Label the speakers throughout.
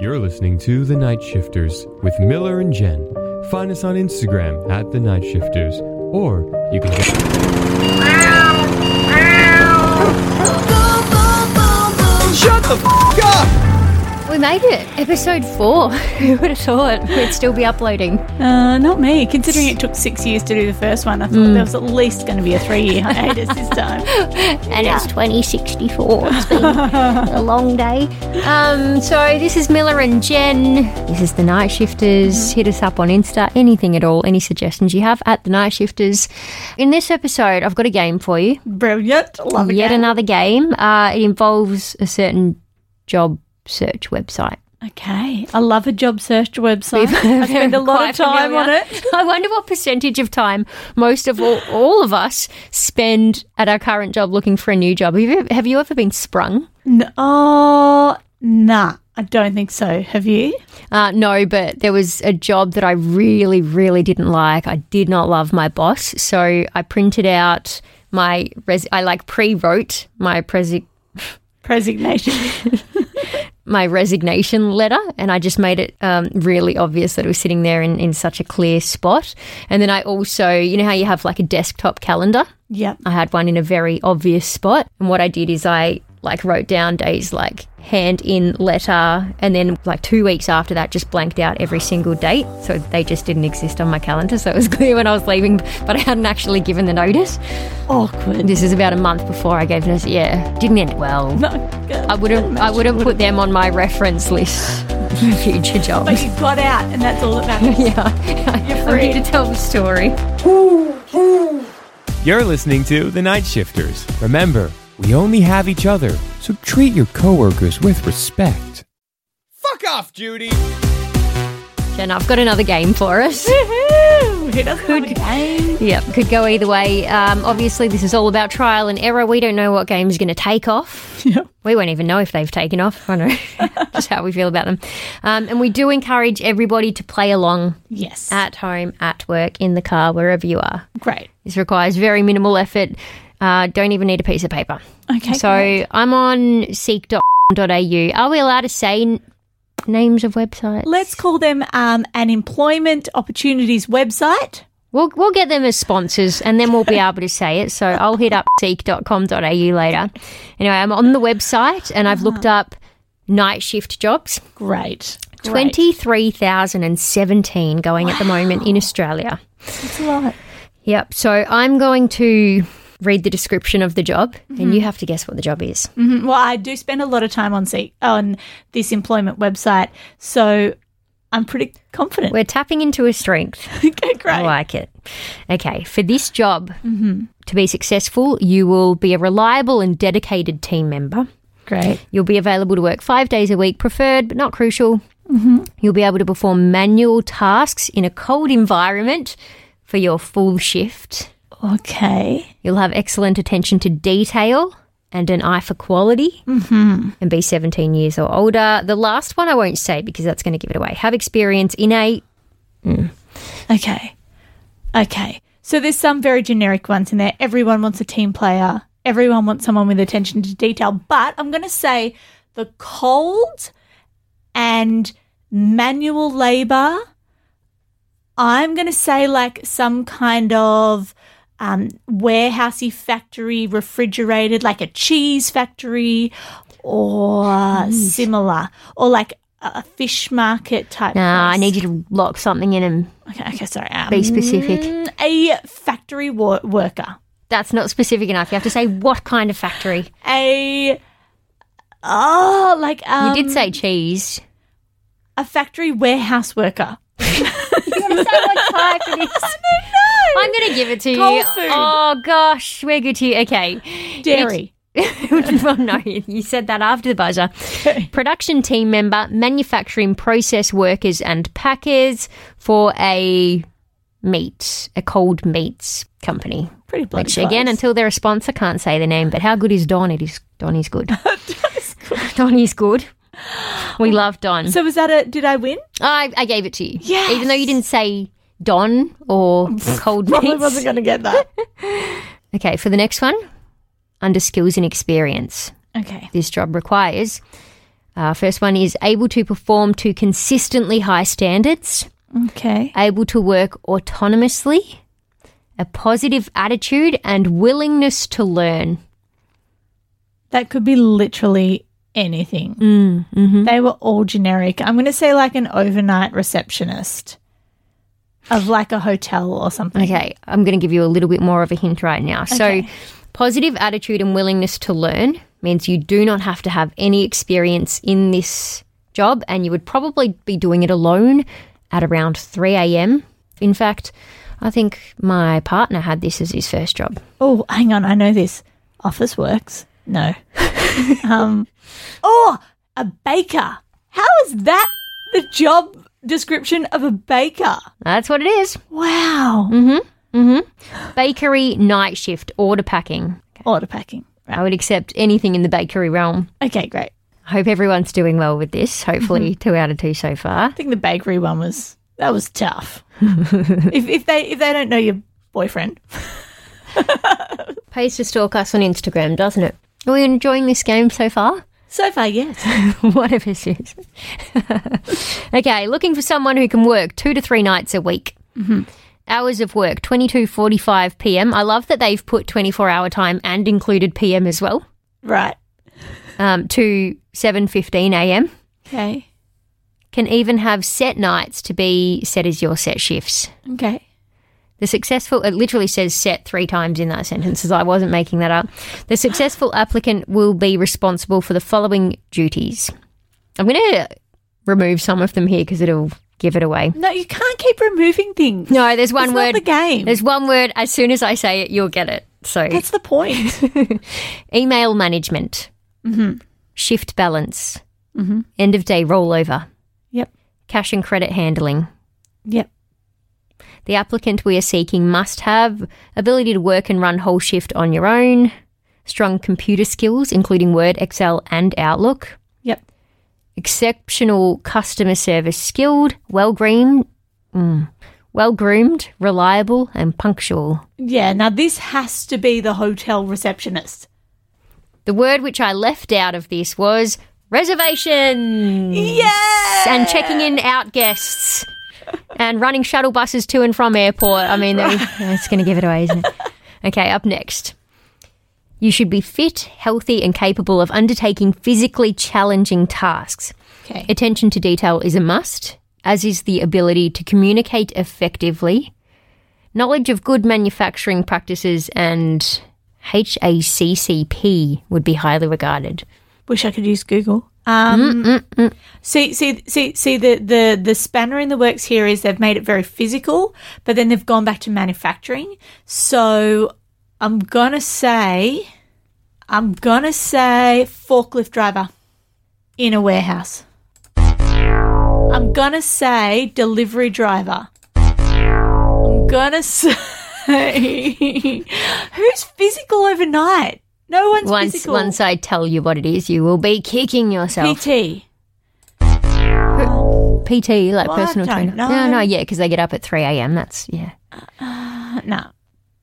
Speaker 1: You're listening to The Night Shifters with Miller and Jen. Find us on Instagram at The Night Shifters, or you can get.
Speaker 2: Shut the f up!
Speaker 3: We made it. Episode four. Who would have thought we'd still be uploading?
Speaker 4: Uh, not me. Considering it took six years to do the first one, I thought
Speaker 3: Hmm.
Speaker 4: there was at least going to be a three-year hiatus this time.
Speaker 3: And it's 2064. It's been a long day. Um, so this is Miller and Jen. This is The Night Shifters. Hit us up on Insta. Anything at all. Any suggestions you have at The Night Shifters. In this episode, I've got a game for you.
Speaker 4: Brilliant. Love it.
Speaker 3: Yet another game. Uh, it involves a certain job search website.
Speaker 4: Okay. I love a job search website. I spend a lot
Speaker 3: Quite
Speaker 4: of time on
Speaker 3: familiar.
Speaker 4: it.
Speaker 3: I wonder what percentage of time most of all, all of us spend at our current job looking for a new job. Have you, have you ever been sprung?
Speaker 4: N- oh, nah. I don't think so. Have you?
Speaker 3: Uh, no, but there was a job that I really, really didn't like. I did not love my boss, so I printed out my res- I like pre-wrote my presi-
Speaker 4: Resignation.
Speaker 3: my resignation letter and I just made it um, really obvious that it was sitting there in, in such a clear spot. And then I also, you know how you have like a desktop calendar?
Speaker 4: yep.
Speaker 3: I had one in a very obvious spot. And what I did is I like wrote down days like hand in letter and then like two weeks after that just blanked out every single date so they just didn't exist on my calendar so it was clear when i was leaving but i hadn't actually given the notice
Speaker 4: Awkward.
Speaker 3: this is about a month before i gave notice yeah didn't end well i
Speaker 4: No.
Speaker 3: wouldn't i wouldn't put them on my reference list for future
Speaker 4: But
Speaker 3: jobs
Speaker 4: you got out, and that's all that matters.
Speaker 3: yeah
Speaker 4: You're
Speaker 3: i'm
Speaker 4: free.
Speaker 3: here to tell the story
Speaker 1: You're listening to The Night Shifters. Remember, we only have each other, so treat your coworkers with respect.
Speaker 2: Fuck off, Judy!
Speaker 3: jen i've got another game for us
Speaker 4: Woohoo! Who doesn't love a game?
Speaker 3: Yeah, could go either way. Um, obviously, this is all about trial and error. We don't know what game's going to take off.
Speaker 4: Yep.
Speaker 3: We won't even know if they've taken off. I know just how we feel about them. Um, and we do encourage everybody to play along
Speaker 4: Yes.
Speaker 3: at home, at work, in the car, wherever you are.
Speaker 4: Great.
Speaker 3: This requires very minimal effort. Uh, don't even need a piece of paper.
Speaker 4: Okay.
Speaker 3: so
Speaker 4: great.
Speaker 3: I'm on seek.au. Are we allowed to say n- names of websites?
Speaker 4: Let's call them um, an employment opportunities website.
Speaker 3: We'll, we'll get them as sponsors and then we'll be able to say it. So I'll hit up seek.com.au later. Anyway, I'm on the website and I've looked up night shift jobs.
Speaker 4: Great. Great.
Speaker 3: 23,017 going at the moment in Australia.
Speaker 4: That's a lot.
Speaker 3: Yep. So I'm going to read the description of the job and you have to guess what the job is.
Speaker 4: Mhm. Well, I do spend a lot of time on Seek on this employment website, so I'm pretty confident.
Speaker 3: We're tapping into a strength.
Speaker 4: okay,
Speaker 3: I
Speaker 4: great.
Speaker 3: like it. Okay, for this job, to be successful, you will be a reliable and dedicated team member.
Speaker 4: Great.
Speaker 3: You'll be available to work five days a week, preferred but not crucial. You'll be able to perform manual tasks in a cold environment for your full shift.
Speaker 4: Okay.
Speaker 3: You'll have excellent attention to detail and an eye for quality mm-hmm. and be 17 years or older. The last one I won't say because that's going to give it away. Have experience in a.
Speaker 4: Okay. Okay. So there's some very generic ones in there. Everyone wants a team player. Everyone wants someone with attention to detail. But I'm going to say the cold and manual labor. I'm going to say like some kind of um, warehousey factory, refrigerated, like a cheese factory or similar, or like a a fish market type.
Speaker 3: Nah, I
Speaker 4: place.
Speaker 3: need you to lock something in and
Speaker 4: Okay, okay, sorry. Um,
Speaker 3: be specific.
Speaker 4: a factory wor- worker.
Speaker 3: That's not specific enough. You have to say what kind of factory.
Speaker 4: A oh, like um,
Speaker 3: you did say cheese.
Speaker 4: a factory warehouse worker.
Speaker 3: type it is. I'm going to give it to you.
Speaker 4: Cold food.
Speaker 3: Oh, gosh. We're good to you. Okay.
Speaker 4: Dairy.
Speaker 3: well, no, you said that after the buzzer. Production team member, manufacturing process workers and packers for a meat, a cold meats company.
Speaker 4: Pretty bloody
Speaker 3: Which, again,
Speaker 4: close.
Speaker 3: until they're a sponsor, can't say the name. But how good is Don? It is Don is good. Don is good. We love Don.
Speaker 4: so was that a? Did I win?
Speaker 3: I, I gave it to you.
Speaker 4: Yes.
Speaker 3: Even though you didn't say Don or cold
Speaker 4: Probably
Speaker 3: meats.
Speaker 4: wasn't going to get that.
Speaker 3: Okay, for the next one, under skills and experience,
Speaker 4: okay.
Speaker 3: this job requires Uh, first one is able to perform to consistently high standards,
Speaker 4: Okay.
Speaker 3: able to work autonomously, a positive attitude, and willingness to learn.
Speaker 4: That could be literally anything.
Speaker 3: Mm-hmm.
Speaker 4: They were all generic. I'm going to say like an overnight receptionist of like a hotel or something.
Speaker 3: Okay, I'm going to give you a little bit more of a hint right now. So, positive attitude and willingness to learn means you do not have to have any experience in this job, and you would probably be doing it alone at around 3 a.m. In fact, I think my partner had this as his first job.
Speaker 4: Oh, hang on. I know this. Office works. No. um, oh, a baker. How is that the job description of a baker?
Speaker 3: That's what it is.
Speaker 4: Wow.
Speaker 3: Mm. Bakery night shift, order packing.
Speaker 4: Order packing.
Speaker 3: I would accept anything in the bakery realm.
Speaker 4: Okay, great.
Speaker 3: I hope everyone's doing well with this. Hopefully, two out of two so far.
Speaker 4: I think the bakery one was that was tough. if, if they if they don't know your boyfriend,
Speaker 3: Pays to stalk us on Instagram, doesn't it? Are we enjoying this game so far?
Speaker 4: so far yes.
Speaker 3: Whatever it is. okay, looking for someone who can work two to three nights a week. Hours of work, 22.45 p.m. I love that they've put 24-hour time and included p.m. as well,
Speaker 4: Right.
Speaker 3: um, to 7.15 a.m.
Speaker 4: Okay.
Speaker 3: Can even have set nights to be set as your set shifts.
Speaker 4: Okay.
Speaker 3: The successful, it literally says set three times in that sentence, as I wasn't making that up. The successful applicant will be responsible for the following duties. I'm going to remove some of them here because it'll give it away.
Speaker 4: No, you can't keep removing things.
Speaker 3: No, there's one
Speaker 4: It's not
Speaker 3: word.
Speaker 4: the game.
Speaker 3: There's one word. As soon as I say it, you'll get it. So
Speaker 4: That's the point.
Speaker 3: email management,
Speaker 4: Mm-hmm.
Speaker 3: shift balance, end of day rollover,
Speaker 4: yep.
Speaker 3: cash and credit handling.
Speaker 4: Yep.
Speaker 3: The applicant we are seeking must have ability to work and run whole shift on your own, strong computer skills, including Word, Excel, and Outlook,
Speaker 4: Yep.
Speaker 3: exceptional customer service skilled, well groomed, well groomed, reliable, and punctual.
Speaker 4: Yeah. Now this has to be the hotel receptionist.
Speaker 3: The word which I left out of this was reservations
Speaker 4: Yes.
Speaker 3: and checking in out guests and running shuttle buses to and from airport. I mean, there- it's going to give it away, isn't it? Okay, up next. You should be fit, healthy, and capable of undertaking physically challenging tasks.
Speaker 4: Okay.
Speaker 3: Attention to detail is a must, as is the ability to communicate effectively, knowledge of good manufacturing practices, and HACCP would be highly regarded.
Speaker 4: Wish I could use Google. Um, See, see, see, see. The, the the spanner in the works here is they've made it very physical, but then they've gone back to manufacturing. So I'm gonna say, I'm gonna say forklift driver in a warehouse. I'm gonna say delivery driver. I'm gonna say who's physical overnight. No one's
Speaker 3: Once
Speaker 4: physical.
Speaker 3: once I tell you what it is, you will be kicking yourself.
Speaker 4: PT.
Speaker 3: PT, like
Speaker 4: Well, I
Speaker 3: personal
Speaker 4: don't
Speaker 3: trainer. No,
Speaker 4: know.
Speaker 3: no, yeah, because they get up at three a.m. That's yeah.
Speaker 4: No.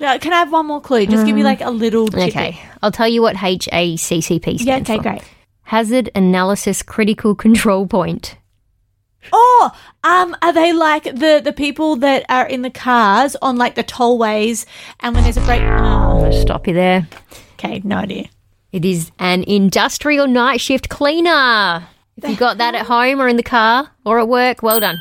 Speaker 4: No, can I have one more clue? Just give me like a little. tidbit.
Speaker 3: Okay, I'll tell you what HACCP stands
Speaker 4: Yeah. Okay.
Speaker 3: for.
Speaker 4: Great.
Speaker 3: Hazard Analysis Critical Control Point.
Speaker 4: Oh, um, are they like the the people that are in the cars on like the tollways, and when there's a break?
Speaker 3: I'm
Speaker 4: Oh,
Speaker 3: gonna stop you there.
Speaker 4: okay, no idea.
Speaker 3: It is an industrial night shift cleaner. If you got that at home or in the car or at work, well done.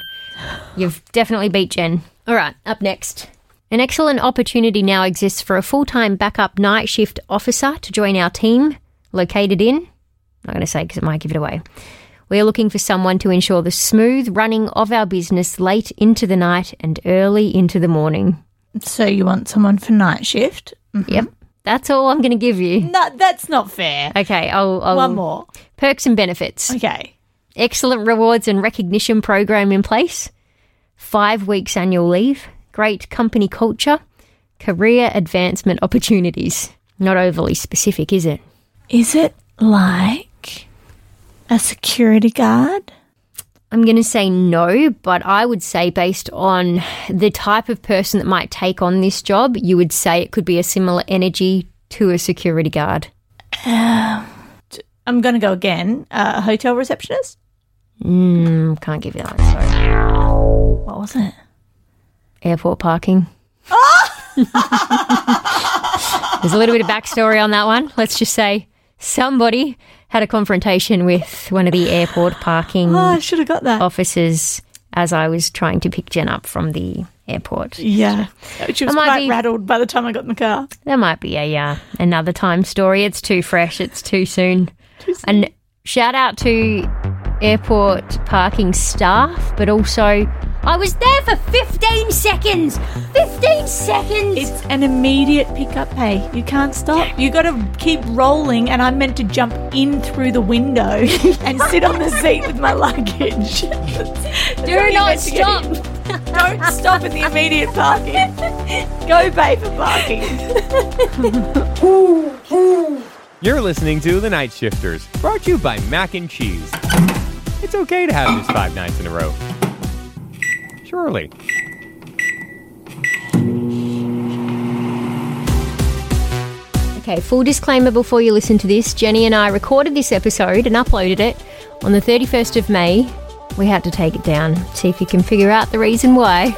Speaker 3: You've definitely beat Jen. All right, up next. An excellent opportunity now exists for a full time backup night shift officer to join our team, located in, I'm not going to say because it might give it away. We are looking for someone to ensure the smooth running of our business late into the night and early into the morning.
Speaker 4: So you want someone for night shift?
Speaker 3: Yep, that's all I'm going to give you.
Speaker 4: Mm-hmm. No, that's not fair.
Speaker 3: Okay, I'll, I'll
Speaker 4: One more.
Speaker 3: perks and benefits.
Speaker 4: Okay.
Speaker 3: excellent rewards and recognition program in place, five weeks annual leave, great company culture, career advancement opportunities. Not overly specific, is it?
Speaker 4: Is it like a security guard?
Speaker 3: I'm going to say no, but I would say based on the type of person that might take on this job, you would say it could be a similar energy to a security guard.
Speaker 4: I'm going to go again. Uh, a hotel receptionist?
Speaker 3: Mm, can't give you that. Sorry.
Speaker 4: What was it?
Speaker 3: Airport parking. There's a little bit of backstory on that one. Let's just say somebody had a confrontation with one of the airport parking
Speaker 4: Oh, I should have got that.
Speaker 3: officers as I was trying to pick Jen up from the airport.
Speaker 4: Yeah. She was
Speaker 3: might
Speaker 4: quite
Speaker 3: be-
Speaker 4: rattled by the time I got in the car.
Speaker 3: There might be a uh, another time story. It's too fresh. It's too soon. And shout out to airport parking staff, but also I was there for 15 seconds. 15 seconds.
Speaker 4: It's an immediate pickup pay. You can't stop. You got to keep rolling, and I'm meant to jump in through the window and sit on the seat with my luggage.
Speaker 3: Do not stop.
Speaker 4: Don't stop at the immediate parking. Go pay for parking.
Speaker 1: You're listening to The Night Shifters, brought to you by Mac and Cheese. It's okay to have this five nights in a row. Surely.
Speaker 3: Okay, full disclaimer before you listen to this Jenny and I recorded this episode and uploaded it on the 31st of May. We had to take it down. See if you can figure out the reason why.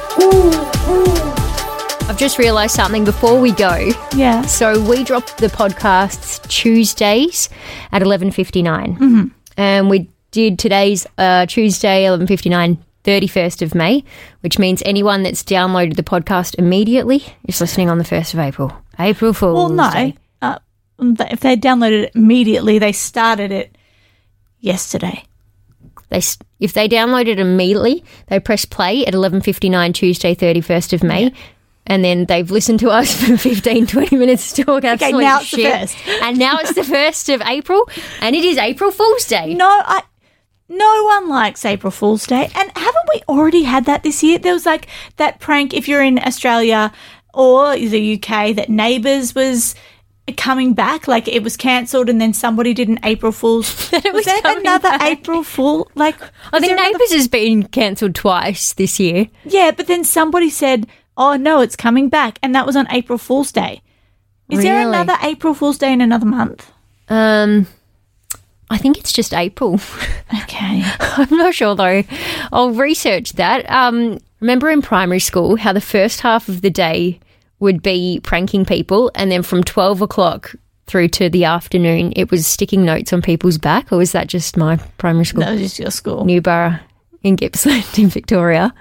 Speaker 3: I've just realised something before we go.
Speaker 4: Yeah.
Speaker 3: So we drop the podcasts Tuesdays at 11.59. Mm-hmm. And we did today's uh, Tuesday, 11.59, 31st of May, which means anyone that's downloaded the podcast immediately is listening on the 1st of April. April Fool's
Speaker 4: Well, no.
Speaker 3: Day.
Speaker 4: Uh, if they downloaded it immediately, they started it yesterday.
Speaker 3: They, s- if they download it immediately, they press play at 11.59 Tuesday, 31st of May. And then they've listened to us for 15, 20 minutes to talk absolute
Speaker 4: now it's the
Speaker 3: shit.
Speaker 4: first.
Speaker 3: And now it's the 1st of April. And it is April Fool's Day.
Speaker 4: No, I. No one likes April Fool's Day, and haven't we already had that this year? There was like that prank. If you're in Australia or the UK, that Neighbours was coming back, like it was cancelled, and then somebody did an April Fool's.
Speaker 3: was
Speaker 4: there
Speaker 3: coming
Speaker 4: another
Speaker 3: back.
Speaker 4: April Fool? Like
Speaker 3: I
Speaker 4: was
Speaker 3: think
Speaker 4: there another-
Speaker 3: Neighbours has been cancelled twice this year.
Speaker 4: Yeah, but then somebody said, "Oh no, it's coming back," and that was on April Fool's Day. Is there
Speaker 3: Really?
Speaker 4: another April Fool's Day in another month?
Speaker 3: Um, I think it's just April.
Speaker 4: Okay.
Speaker 3: I'm not sure though. I'll research that. Um, remember in primary school how the first half of the day would be pranking people, and then from 12 o'clock through to the afternoon, it was sticking notes on people's back, or was that just my primary school?
Speaker 4: That was just your school.
Speaker 3: Newborough in Gippsland in Victoria.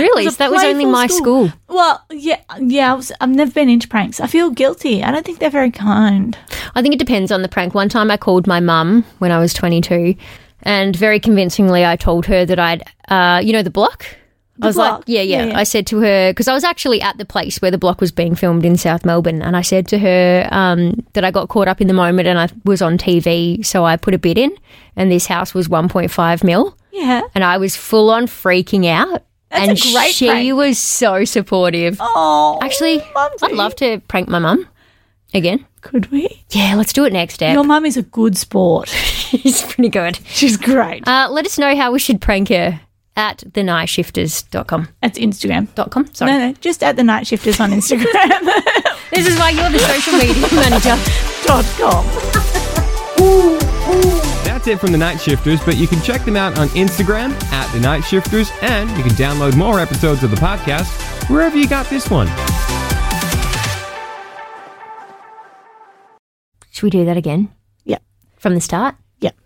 Speaker 3: Really?
Speaker 4: was
Speaker 3: So
Speaker 4: a
Speaker 3: that was only
Speaker 4: playful
Speaker 3: my school.
Speaker 4: Well, yeah, yeah. I was, I've never been into pranks. I feel guilty. I don't think they're very kind.
Speaker 3: I think it depends on the prank. One time I called my mum when I was 22 and very convincingly I told her that I'd, uh, you know, the block? I was like,
Speaker 4: block?
Speaker 3: yeah, yeah.
Speaker 4: Yeah, yeah.
Speaker 3: I said to her, because I was actually at the place where the block was being filmed in South Melbourne, and I said to her um, that I got caught up in the moment and I was on TV, so I put a bid in, and this house was 1.5 mil,
Speaker 4: Yeah.
Speaker 3: and I was full on freaking out.
Speaker 4: That's a
Speaker 3: and
Speaker 4: great
Speaker 3: she
Speaker 4: prank.
Speaker 3: was so supportive.
Speaker 4: Oh,
Speaker 3: Actually, I'd love to prank my mum again.
Speaker 4: Could we?
Speaker 3: Yeah, let's do it next, Dad.
Speaker 4: Your mum is a good sport.
Speaker 3: It's pretty good.
Speaker 4: She's great.
Speaker 3: Uh, let us know how we should prank her at the nightshifters.com.
Speaker 4: That's Instagram.
Speaker 3: Dot com, sorry.
Speaker 4: No, no, just at the night shifters on Instagram.
Speaker 3: This is why you're the social media manager.
Speaker 4: dot com.
Speaker 1: That's it from The Night Shifters, but you can check them out on Instagram at The Night Shifters, and you can download more episodes of the podcast wherever you got this one.
Speaker 3: Should we do that again
Speaker 4: Yeah.
Speaker 3: from the start?
Speaker 4: Yeah.